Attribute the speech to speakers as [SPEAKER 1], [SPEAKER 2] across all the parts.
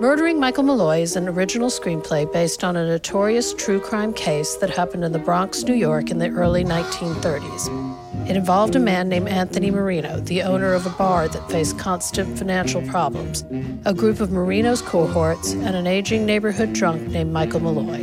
[SPEAKER 1] Murdering Michael Malloy is an original screenplay based on a notorious true crime case that happened in the Bronx, New York in the early 1930s. It involved a man named Anthony Marino, the owner of a bar that faced constant financial problems, a group of Marino's cohorts, and an aging neighborhood drunk named Michael Malloy.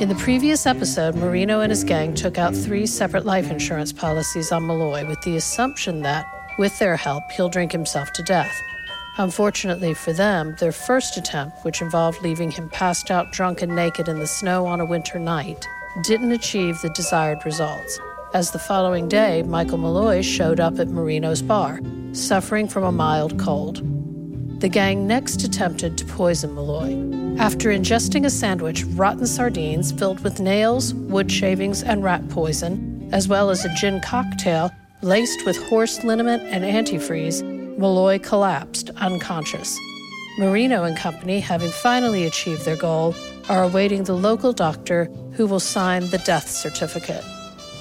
[SPEAKER 1] In the previous episode, Marino and his gang took out three separate life insurance policies on Malloy with the assumption that, with their help, he'll drink himself to death. Unfortunately for them, their first attempt, which involved leaving him passed out drunk and naked in the snow on a winter night, didn't achieve the desired results, as the following day, Michael Malloy showed up at Marino's bar, suffering from a mild cold. The gang next attempted to poison Malloy. After ingesting a sandwich of rotten sardines filled with nails, wood shavings, and rat poison, as well as a gin cocktail laced with horse liniment and antifreeze, Malloy collapsed unconscious. Marino and company, having finally achieved their goal, are awaiting the local doctor who will sign the death certificate.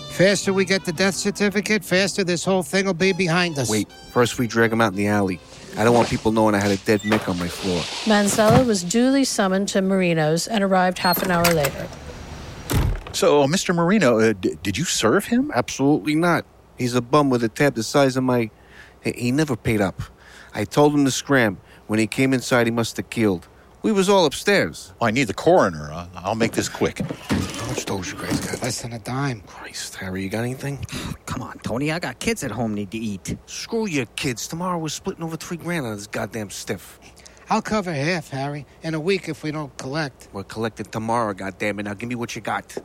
[SPEAKER 2] Faster we get the death certificate, faster this whole thing will be behind us.
[SPEAKER 3] Wait, first we drag him out in the alley. I don't want people knowing I had a dead Mick on my floor.
[SPEAKER 1] Manzella was duly summoned to Marino's and arrived half an hour later.
[SPEAKER 4] So, Mr. Marino, uh, d- did you serve him?
[SPEAKER 3] Absolutely not. He's a bum with a tab the size of my. He, he never paid up. I told him to scram. When he came inside, he must have killed. We was all upstairs.
[SPEAKER 4] Well, I need the coroner. Uh, I'll make this quick.
[SPEAKER 3] How much dough you guys got?
[SPEAKER 2] Less than a dime.
[SPEAKER 3] Christ, Harry, you got anything?
[SPEAKER 5] Come on, Tony. I got kids at home need to eat.
[SPEAKER 3] Screw your kids. Tomorrow we're splitting over three grand on this goddamn stiff.
[SPEAKER 2] I'll cover half, Harry, in a week if we don't collect.
[SPEAKER 3] We're collecting tomorrow, goddammit. Now give me what you got.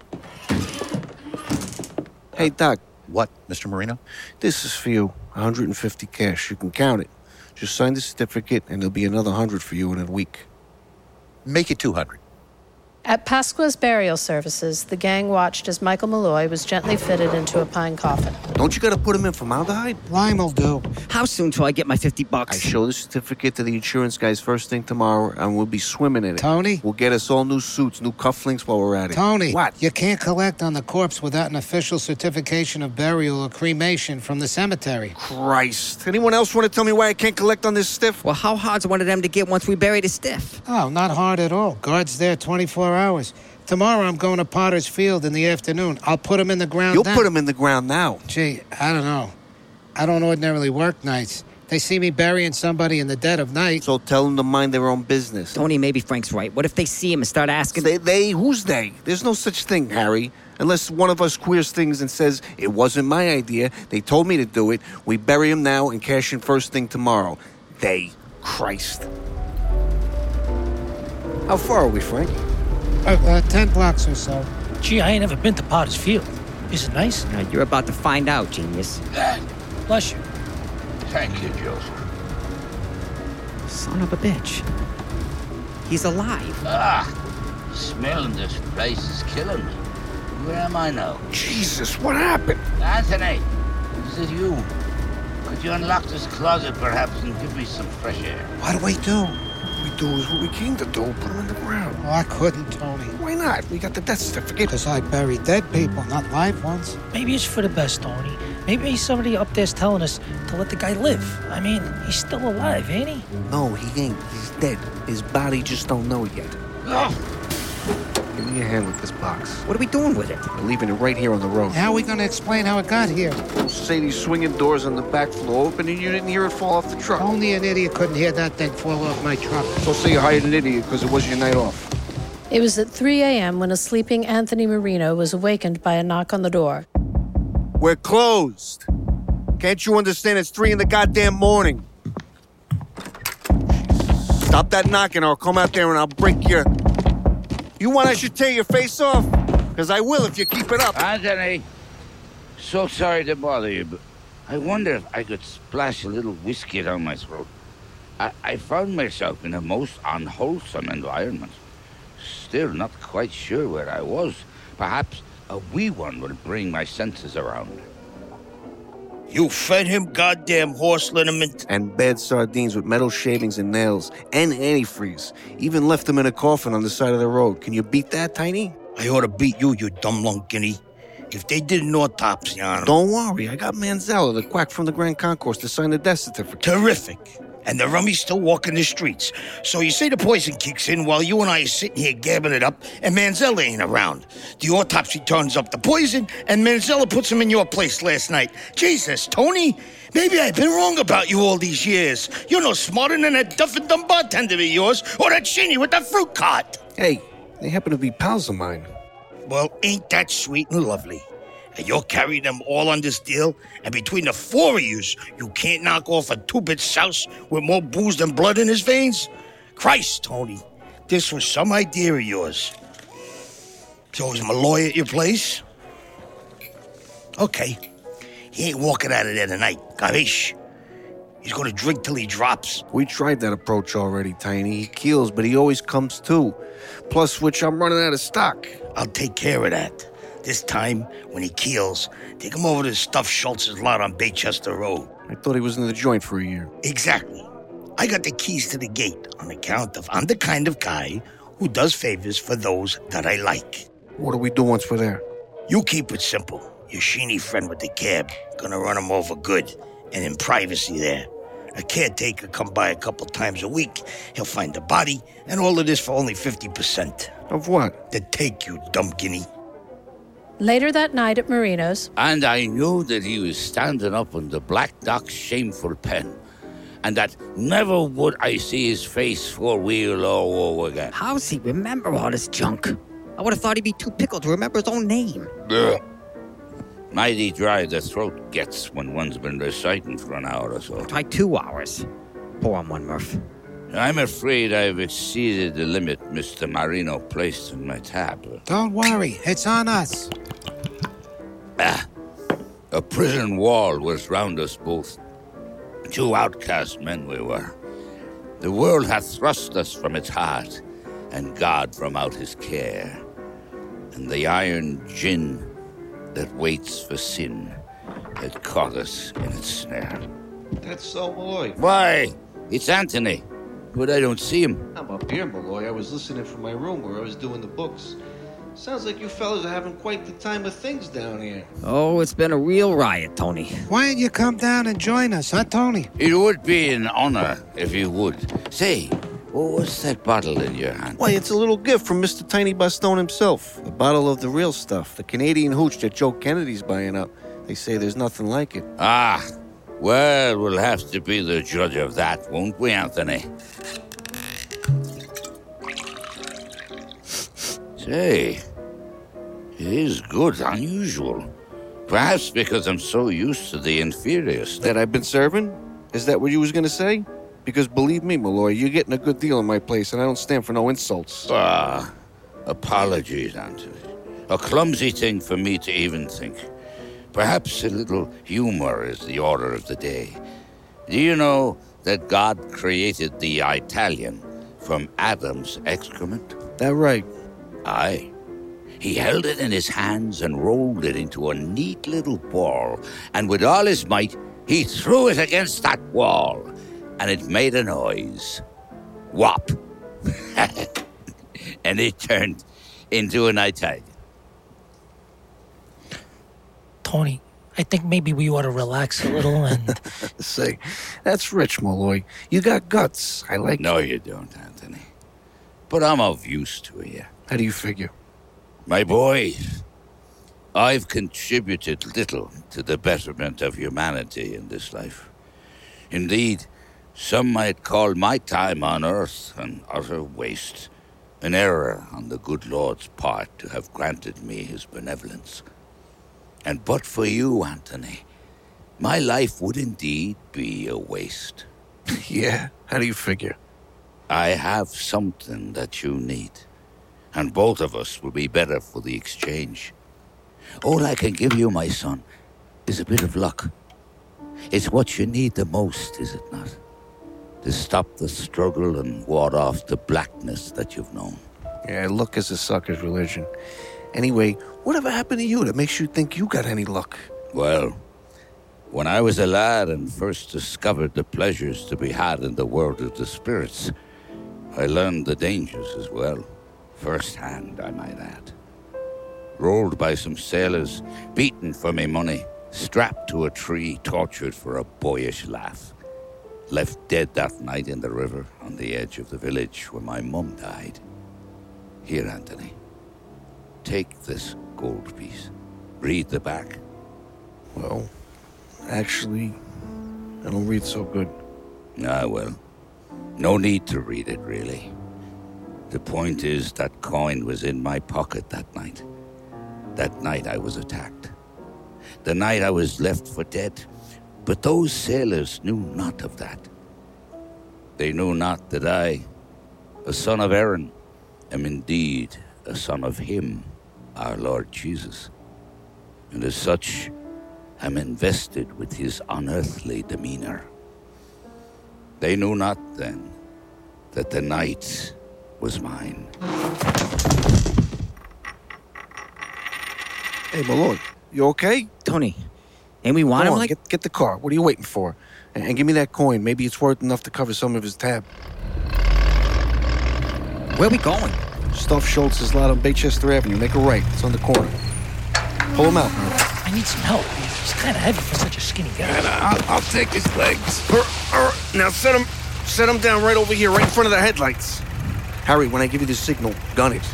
[SPEAKER 3] Hey, Doc,
[SPEAKER 4] What, Mr. Marino?
[SPEAKER 3] this is for you. 150 cash. You can count it. Just sign the certificate, and there'll be another 100 for you in a week.
[SPEAKER 4] Make it 200.
[SPEAKER 1] At Pasqua's burial services, the gang watched as Michael Malloy was gently fitted into a pine coffin.
[SPEAKER 3] Don't you gotta put him in formaldehyde?
[SPEAKER 2] Lime will do.
[SPEAKER 5] How soon till I get my 50
[SPEAKER 3] I
[SPEAKER 5] bucks?
[SPEAKER 3] show the certificate to the insurance guys first thing tomorrow, and we'll be swimming in it.
[SPEAKER 2] Tony?
[SPEAKER 3] We'll get us all new suits, new cufflinks while we're at it.
[SPEAKER 2] Tony,
[SPEAKER 3] What?
[SPEAKER 2] You can't collect on the corpse without an official certification of burial or cremation from the cemetery.
[SPEAKER 3] Christ. Anyone else wanna tell me why I can't collect on this stiff?
[SPEAKER 5] well, how hard's one of them to get once we bury the stiff?
[SPEAKER 2] Oh, not hard at all. Guards there 24 hours. Tomorrow I'm going to Potter's Field in the afternoon. I'll put him in the ground.
[SPEAKER 3] You'll
[SPEAKER 2] then.
[SPEAKER 3] put him in the ground now.
[SPEAKER 2] Gee, I don't know. I don't ordinarily work nights. They see me burying somebody in the dead of night.
[SPEAKER 3] So tell them to mind their own business.
[SPEAKER 5] Tony, maybe Frank's right. What if they see him and start asking?
[SPEAKER 3] They, they, who's they? There's no such thing, Harry. Unless one of us queers things and says, it wasn't my idea, they told me to do it, we bury him now and cash in first thing tomorrow. They. Christ. How far are we, Frank?
[SPEAKER 2] Uh, uh, 10 blocks or so.
[SPEAKER 6] Gee, I ain't ever been to Potter's Field. Is it nice?
[SPEAKER 5] Now, you're about to find out, genius.
[SPEAKER 6] Bless you.
[SPEAKER 7] Thank you, Joseph.
[SPEAKER 5] Son of a bitch. He's alive.
[SPEAKER 7] Ah, Smelling this place is killing me. Where am I now?
[SPEAKER 3] Jesus, what happened?
[SPEAKER 7] Anthony, this is you. Could you unlock this closet perhaps and give me some fresh air?
[SPEAKER 3] What do we do? What we do is what we came to do put him in the ground.
[SPEAKER 2] Oh, I couldn't, Tony.
[SPEAKER 3] Why not? We got the death certificate.
[SPEAKER 2] Because I bury dead people, not live ones.
[SPEAKER 6] Maybe it's for the best, Tony. Maybe somebody up there's telling us to let the guy live. I mean, he's still alive, ain't he?
[SPEAKER 3] No, he ain't. He's dead. His body just don't know it yet.
[SPEAKER 7] Oh,
[SPEAKER 3] Give me a hand with this box.
[SPEAKER 5] What are we doing with it?
[SPEAKER 3] We're leaving it right here on the road.
[SPEAKER 2] How are we going to explain how it got here?
[SPEAKER 3] Sadie's swinging doors on the back floor open, and you didn't hear it fall off the truck.
[SPEAKER 2] Only an idiot couldn't hear that thing fall off my truck.
[SPEAKER 3] So say you hired an idiot because it was your night off.
[SPEAKER 1] It was at 3 a.m. when a sleeping Anthony Marino was awakened by a knock on the door.
[SPEAKER 3] We're closed. Can't you understand? It's three in the goddamn morning. Stop that knocking, or I'll come out there and I'll break your. You want I should tear your face off? Because I will if you keep it up.
[SPEAKER 7] Anthony, so sorry to bother you, but I wonder if I could splash a little whiskey down my throat. I, I found myself in a most unwholesome environment. Still not quite sure where I was. Perhaps a wee one will bring my senses around.
[SPEAKER 8] You fed him goddamn horse liniment.
[SPEAKER 3] and bad sardines with metal shavings and nails and antifreeze. Even left them in a coffin on the side of the road. Can you beat that, Tiny?
[SPEAKER 8] I ought to beat you, you dumb lung guinea. If they did an autopsy on him.
[SPEAKER 3] Don't worry, I got Manzella, the quack from the Grand Concourse, to sign the death certificate.
[SPEAKER 8] Terrific. and the rummy's still walking the streets. So you say the poison kicks in while you and I are sitting here gabbing it up, and Manzella ain't around. The autopsy turns up the poison, and Manzella puts him in your place last night. Jesus, Tony, maybe I've been wrong about you all these years. You're no smarter than that Duff and Dumb bartender of yours, or that Shinny with the fruit cart.
[SPEAKER 3] Hey, they happen to be pals of mine.
[SPEAKER 8] Well, ain't that sweet and lovely? And you'll carry them all on this deal, and between the four of yous, you can't knock off a two-bit souse with more booze than blood in his veins? Christ, Tony, this was some idea of yours. So is Malloy at your place? Okay. He ain't walking out of there tonight, Gavish. He's gonna drink till he drops.
[SPEAKER 3] We tried that approach already, Tiny. He keels, but he always comes too. Plus, which I'm running out of stock.
[SPEAKER 8] I'll take care of that. This time, when he keels, take him over to Stuff Schultz's lot on Baychester Road.
[SPEAKER 3] I thought he was in the joint for a year.
[SPEAKER 8] Exactly. I got the keys to the gate on account of I'm the kind of guy who does favors for those that I like.
[SPEAKER 3] What do we do once we're there?
[SPEAKER 8] You keep it simple. Your sheeny friend with the cab, gonna run him over good, and in privacy there. A caretaker come by a couple times a week. He'll find the body, and all of this for only 50%.
[SPEAKER 3] Of what?
[SPEAKER 8] Then take you, dumb guinea.
[SPEAKER 1] Later that night at Marino's,
[SPEAKER 7] And I knew that he was standing up on the Black Dock's shameful pen, and that never would I see his face for wheel all over again.
[SPEAKER 5] How's he remember all this junk? I would have thought he'd be too pickled to remember his own name.
[SPEAKER 7] Mighty dry the throat gets when one's been reciting for an hour or so.
[SPEAKER 5] Try two hours. Pour on one, Murph.
[SPEAKER 7] I'm afraid I've exceeded the limit Mr. Marino placed in my tab.
[SPEAKER 2] Don't worry, it's on us.
[SPEAKER 7] A prison wall was round us both. Two outcast men we were. The world hath thrust us from its heart, and God from out his care. And the iron gin that waits for sin had caught us in its snare.
[SPEAKER 3] That's so Malloy.
[SPEAKER 7] Why, it's Anthony, but I don't see him.
[SPEAKER 3] I'm up here, Malloy. I was listening from my room where I was doing the books. Sounds like you fellas are having quite the time of things down here.
[SPEAKER 5] Oh, it's been a real riot, Tony.
[SPEAKER 2] Why don't you come down and join us, huh, Tony?
[SPEAKER 7] It would be an honor if you would. Say, what's that bottle in your hand?
[SPEAKER 3] Why, it's a little gift from Mr. Tiny Bastone himself. A bottle of the real stuff, the Canadian hooch that Joe Kennedy's buying up. They say there's nothing like it.
[SPEAKER 7] Ah, well, we'll have to be the judge of that, won't we, Anthony? Say, it is good, unusual. Perhaps because I'm so used to the inferior stuff.
[SPEAKER 3] That I've been serving? Is that what you was gonna say? Because believe me, Malloy, you're getting a good deal in my place, and I don't stand for no insults.
[SPEAKER 7] Ah, apologies, Anthony. A clumsy thing for me to even think. Perhaps a little humor is the order of the day. Do you know that God created the Italian from Adam's excrement?
[SPEAKER 3] That right.
[SPEAKER 7] Aye. He held it in his hands and rolled it into a neat little ball, and with all his might, he threw it against that wall, and it made a noise. Whop! and it turned into an Italian.
[SPEAKER 6] Tony, I think maybe we ought to relax a little and
[SPEAKER 3] Say, that's rich, Malloy. You got guts. I like
[SPEAKER 7] No, you don't, Anthony. But I'm of use to you.
[SPEAKER 3] How do you figure?
[SPEAKER 7] My boy, I've contributed little to the betterment of humanity in this life. Indeed, some might call my time on earth an utter waste, an error on the good Lord's part to have granted me his benevolence. And but for you, Anthony, my life would indeed be a waste.
[SPEAKER 3] yeah, how do you figure?
[SPEAKER 7] I have something that you need, and both of us will be better for the exchange. All I can give you, my son, is a bit of luck. It's what you need the most, is it not? To stop the struggle and ward off the blackness that you've known.
[SPEAKER 3] Yeah, luck is a sucker's religion. Anyway, whatever happened to you that makes you think you got any luck?
[SPEAKER 7] Well, when I was a lad and first discovered the pleasures to be had in the world of the spirits, I learned the dangers as well, firsthand, I might add. Rolled by some sailors, beaten for my money, strapped to a tree, tortured for a boyish laugh. left dead that night in the river on the edge of the village where my mum died. Here, Anthony. Take this gold piece. Read the back.
[SPEAKER 3] Well, actually, I don't read so good.
[SPEAKER 7] Ah, well. No need to read it, really. The point is that coin was in my pocket that night. That night I was attacked. The night I was left for dead. But those sailors knew not of that. They knew not that I, a son of Aaron, am indeed a son of Him, our Lord Jesus. And as such, am invested with His unearthly demeanor. They knew not then that the night was mine.
[SPEAKER 3] Hey, my lord, you okay?
[SPEAKER 5] Tony, ain't we want
[SPEAKER 3] Come
[SPEAKER 5] him
[SPEAKER 3] on,
[SPEAKER 5] like
[SPEAKER 3] get, get the car. What are you waiting for? And, and give me that coin. Maybe it's worth enough to cover some of his tab.
[SPEAKER 5] Where we going?
[SPEAKER 3] Stuff Schultz's lot on Baychester Avenue. Make a right. It's on the corner. Pull him out. Murray.
[SPEAKER 6] I need some help. He's kind of heavy for such a skinny guy.
[SPEAKER 3] I'll, I'll take his legs. er, Now set him, set him down right over here, right in front of the headlights. Harry, when I give you the signal, gun it.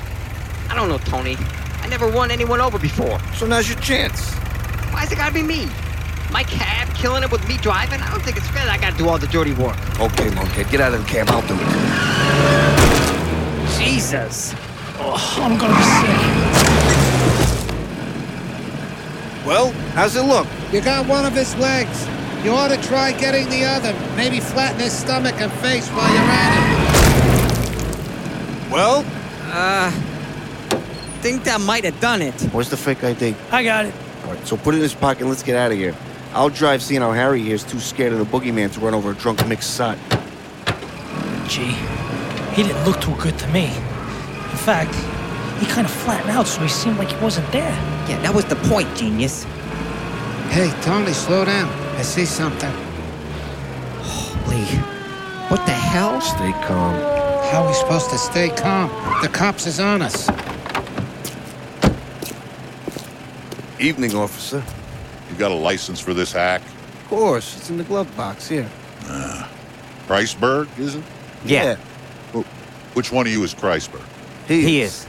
[SPEAKER 5] I don't know, Tony. I never won anyone over before.
[SPEAKER 3] So now's your chance.
[SPEAKER 5] Why's it gotta be me? My cab killing it with me driving? I don't think it's fair that I gotta do all the dirty work.
[SPEAKER 3] Okay, lunkhead, get out of the cab. I'll do it.
[SPEAKER 6] Jesus. Oh, I'm gonna be sick.
[SPEAKER 3] Well, how's it look?
[SPEAKER 2] You got one of his legs. You ought to try getting the other. Maybe flatten his stomach and face while you're at it.
[SPEAKER 3] Well,
[SPEAKER 5] Think that might have done it.
[SPEAKER 3] where's the fake ID?
[SPEAKER 6] I got it.
[SPEAKER 3] All right, so put it in his pocket. and Let's get out of here. I'll drive, seeing how Harry here is too scared of the boogeyman to run over a drunk mixed sot.
[SPEAKER 6] Gee, he didn't look too good to me. In fact, he kind of flattened out, so he seemed like he wasn't there.
[SPEAKER 5] Yeah, that was the point, genius.
[SPEAKER 2] Hey, Tony, slow down. I see something.
[SPEAKER 5] Lee, what the hell?
[SPEAKER 3] Stay calm.
[SPEAKER 2] How are we supposed to stay calm? The cops is on us.
[SPEAKER 3] Evening, officer.
[SPEAKER 4] You got a license for this hack?
[SPEAKER 3] Of course, it's in the glove box. Yeah.
[SPEAKER 4] Kreisberg, is it?
[SPEAKER 5] Yeah,
[SPEAKER 4] Which one of you is Kreisberg?
[SPEAKER 3] He,
[SPEAKER 5] he
[SPEAKER 3] is.
[SPEAKER 5] is.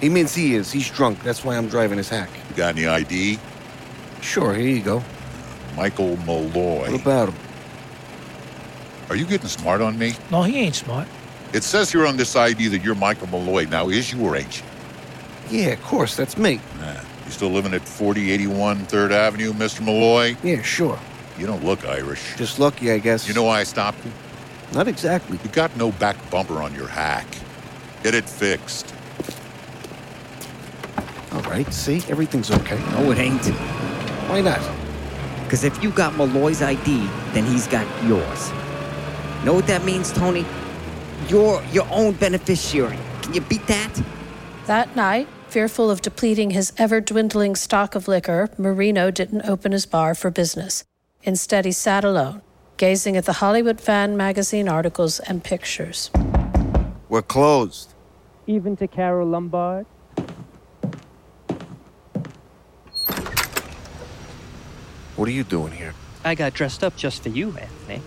[SPEAKER 3] He means he is. He's drunk. That's why I'm driving his hack.
[SPEAKER 4] You got any ID?
[SPEAKER 3] Sure. Here you go.
[SPEAKER 4] Michael Malloy.
[SPEAKER 3] What about him?
[SPEAKER 4] Are you getting smart on me?
[SPEAKER 6] No, he ain't smart.
[SPEAKER 4] It says here on this ID that you're Michael Malloy. Now, is you or ain't you?
[SPEAKER 3] Yeah, of course. That's me.
[SPEAKER 4] Nah. You still living at 4081 3rd Avenue, Mr. Malloy?
[SPEAKER 3] Yeah, sure.
[SPEAKER 4] You don't look Irish.
[SPEAKER 3] Just lucky, I guess.
[SPEAKER 4] You know why I stopped you?
[SPEAKER 3] Not exactly.
[SPEAKER 4] You got no back bumper on your hack. Get it fixed.
[SPEAKER 3] All right. See, everything's okay.
[SPEAKER 5] No, it ain't.
[SPEAKER 3] Why not?
[SPEAKER 5] Because if you got Malloy's ID, then he's got yours. Know what that means, Tony? You're your own beneficiary. Can you beat that?
[SPEAKER 1] That night, fearful of depleting his ever dwindling stock of liquor, Marino didn't open his bar for business. Instead, he sat alone, gazing at the Hollywood Fan magazine articles and pictures.
[SPEAKER 3] We're closed.
[SPEAKER 9] even to Carol Lombard.
[SPEAKER 3] What are you doing here?
[SPEAKER 9] I got dressed up just for you, Anthony.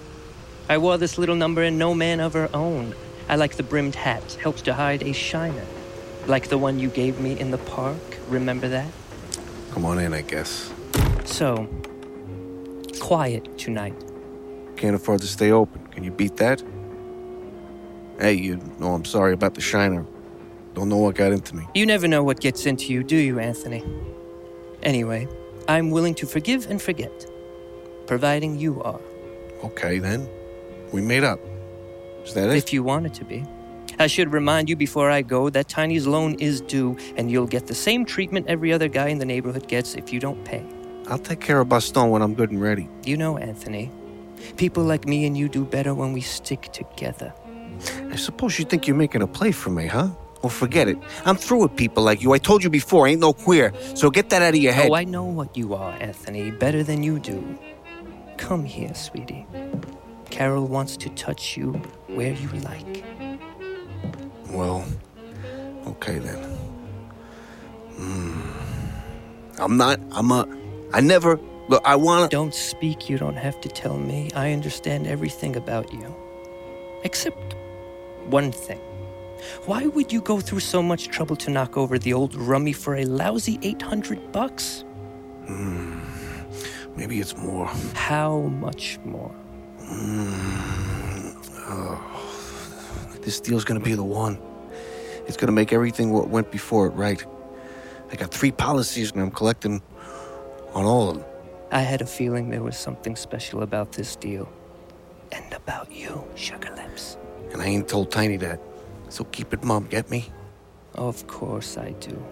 [SPEAKER 9] I wore this little number in No Man of Her Own. I like the brimmed hat, helps to hide a shiner. Like the one you gave me in the park, remember that?
[SPEAKER 3] Come on in, I guess.
[SPEAKER 9] So, quiet tonight.
[SPEAKER 3] Can't afford to stay open. Can you beat that? Hey, you know I'm sorry about the shiner. Don't know what got into me.
[SPEAKER 9] You never know what gets into you, do you, Anthony? Anyway, I'm willing to forgive and forget, providing you are,
[SPEAKER 3] Okay, then. We made up. Is that it?
[SPEAKER 9] if you want it to be. I should remind you before I go that Tiny's loan is due, and you'll get the same treatment every other guy in the neighborhood gets if you don't pay.
[SPEAKER 3] I'll take care of Baston when I'm good and ready.
[SPEAKER 9] You know, Anthony, people like me and you do better when we stick together.
[SPEAKER 3] I suppose you think you're making a play for me, huh? Well, forget it. I'm through with people like you. I told you before, I ain't no queer. So get that out of your head.
[SPEAKER 9] Oh, I know what you are, Anthony, better than you do. Come here, sweetie. Carol wants to touch you where you like.
[SPEAKER 3] Well, okay then. Hmm. Mm. I'm not. I'm a. I never. Look, I want to.
[SPEAKER 9] Don't speak, you don't have to tell me. I understand everything about you. Except one thing. Why would you go through so much trouble to knock over the old rummy for a lousy 800 bucks?
[SPEAKER 3] Maybe it's more.
[SPEAKER 9] How much more?
[SPEAKER 3] This deal's gonna be the one. It's gonna make everything what went before it right. I got three policies and I'm collecting on all of them.
[SPEAKER 9] I had a feeling there was something special about this deal. And about you, Sugar Lips.
[SPEAKER 3] And I ain't told Tiny that. So keep it mum, get me?
[SPEAKER 9] Of course I do.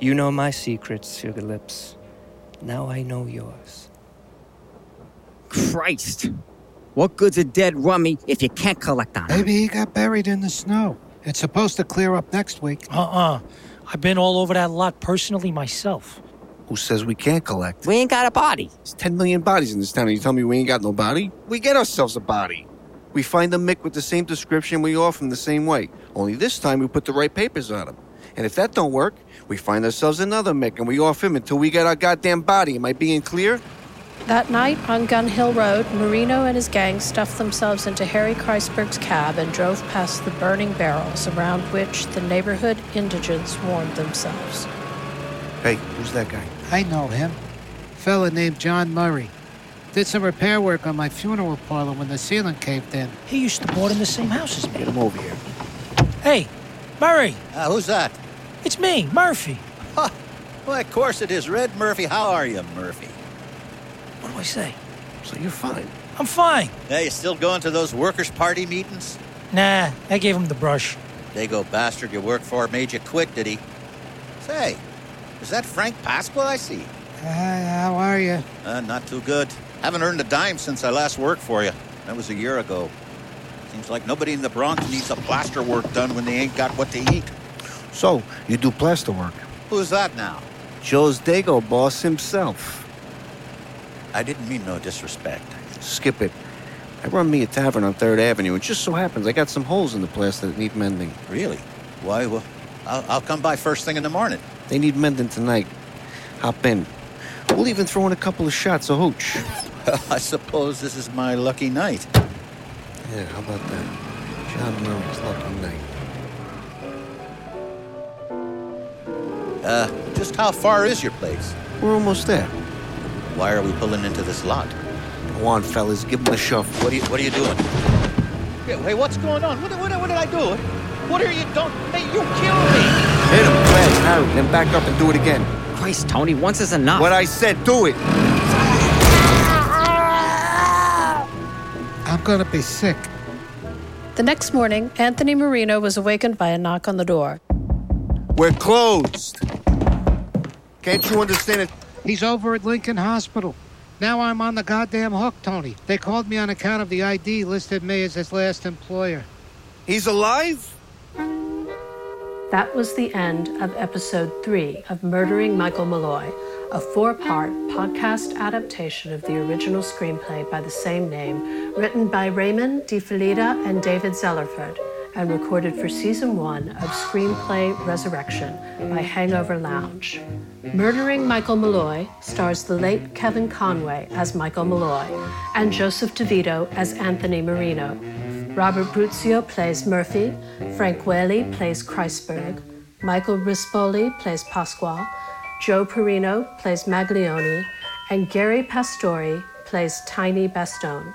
[SPEAKER 9] You know my secrets, Sugar Lips. Now I know yours.
[SPEAKER 5] Christ. What good's a dead rummy if you can't collect on it?
[SPEAKER 2] Maybe he got buried in the snow. It's supposed to clear up next week.
[SPEAKER 6] Uh uh-uh. uh. i have been all over that lot personally myself.
[SPEAKER 3] Who says we can't collect?
[SPEAKER 5] We ain't got a body.
[SPEAKER 3] There's 10 million bodies in this town, and you tell me we ain't got no body? We get ourselves a body. We find a mick with the same description we offer him the same way, only this time we put the right papers on him. And if that don't work, we find ourselves another mick and we off him until we get our goddamn body. Am I being clear?
[SPEAKER 1] That night on Gun Hill Road, Marino and his gang stuffed themselves into Harry Kreisberg's cab and drove past the burning barrels around which the neighborhood indigents warmed themselves.
[SPEAKER 3] Hey, who's that guy?
[SPEAKER 2] I know him. Fella named John Murray. Did some repair work on my funeral parlor when the ceiling caved in.
[SPEAKER 6] He used to board in the same house as me.
[SPEAKER 3] Get him over here.
[SPEAKER 6] Hey, Murray,
[SPEAKER 10] Uh, who's that?
[SPEAKER 6] it's me, Murphy.
[SPEAKER 10] Well, of course it is. Red Murphy. How are you, Murphy?
[SPEAKER 6] What do I say?
[SPEAKER 3] So you're fine.
[SPEAKER 6] I'm fine.
[SPEAKER 10] Hey, you still going to those workers' party meetings?
[SPEAKER 6] Nah, I gave him the brush.
[SPEAKER 10] They go, bastard, you worked for made you quit, did he? Say, is that Frank Pasqua I see?
[SPEAKER 2] Hi, Uh, how are you?
[SPEAKER 10] Uh, not too good. Haven't earned a dime since I last worked for you. That was a year ago. Seems like nobody in the Bronx needs the plaster work done when they ain't got what to eat.
[SPEAKER 3] So, you do plaster work?
[SPEAKER 10] Who's that now?
[SPEAKER 3] Joe's Dago boss himself.
[SPEAKER 10] I didn't mean no disrespect.
[SPEAKER 3] Skip it. I run me a tavern on 3rd Avenue. It just so happens I got some holes in the plaster that need mending.
[SPEAKER 10] Really? Why? Well, I'll, I'll come by first thing in the morning.
[SPEAKER 3] They need mending tonight. Hop in. We'll even throw in a couple of shots of hooch.
[SPEAKER 10] I suppose this is my lucky night.
[SPEAKER 3] Yeah, how about that? John Murray's lucky night.
[SPEAKER 10] Uh, just how far is your place?
[SPEAKER 3] We're almost there.
[SPEAKER 10] Why are we pulling into this lot?
[SPEAKER 3] Go on, fellas, give him a shove.
[SPEAKER 10] What are you, what are you doing? Hey, hey, what's going on? What, what, what did I do? What are you doing? Hey, you killed me!
[SPEAKER 3] Hit him fast, Harry, then back up and do it again.
[SPEAKER 5] Christ, Tony, once is enough.
[SPEAKER 3] What I said, do it.
[SPEAKER 2] I'm gonna be sick.
[SPEAKER 1] The next morning, Anthony Marino was awakened by a knock on the door.
[SPEAKER 3] We're closed. Can't you understand it?
[SPEAKER 2] He's over at Lincoln Hospital. Now I'm on the goddamn hook, Tony. They called me on account of the ID listed me as his last employer.
[SPEAKER 3] He's alive?
[SPEAKER 1] That was the end of episode three of Murdering Michael Malloy, a four part podcast adaptation of the original screenplay by the same name, written by Raymond DeFelida and David Zellerford, and recorded for season one of Screenplay Resurrection by Hangover Lounge. Murdering Michael Malloy stars the late Kevin Conway as Michael Malloy and Joseph DeVito as Anthony Marino. Robert Bruzio plays Murphy, Frank Whaley plays Kreisberg, Michael Rispoli plays Pasqua, Joe Perino plays Maglione, and Gary Pastori plays Tiny Bastone.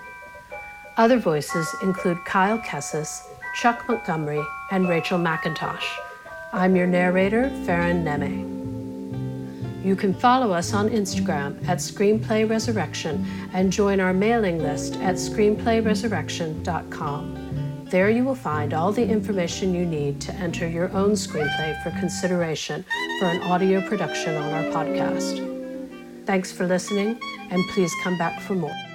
[SPEAKER 1] Other voices include Kyle Kessis, Chuck Montgomery, and Rachel McIntosh. I'm your narrator, Farron Neme. You can follow us on Instagram at Screenplay Resurrection and join our mailing list at screenplayresurrection.com. There you will find all the information you need to enter your own screenplay for consideration for an audio production on our podcast. Thanks for listening, and please come back for more.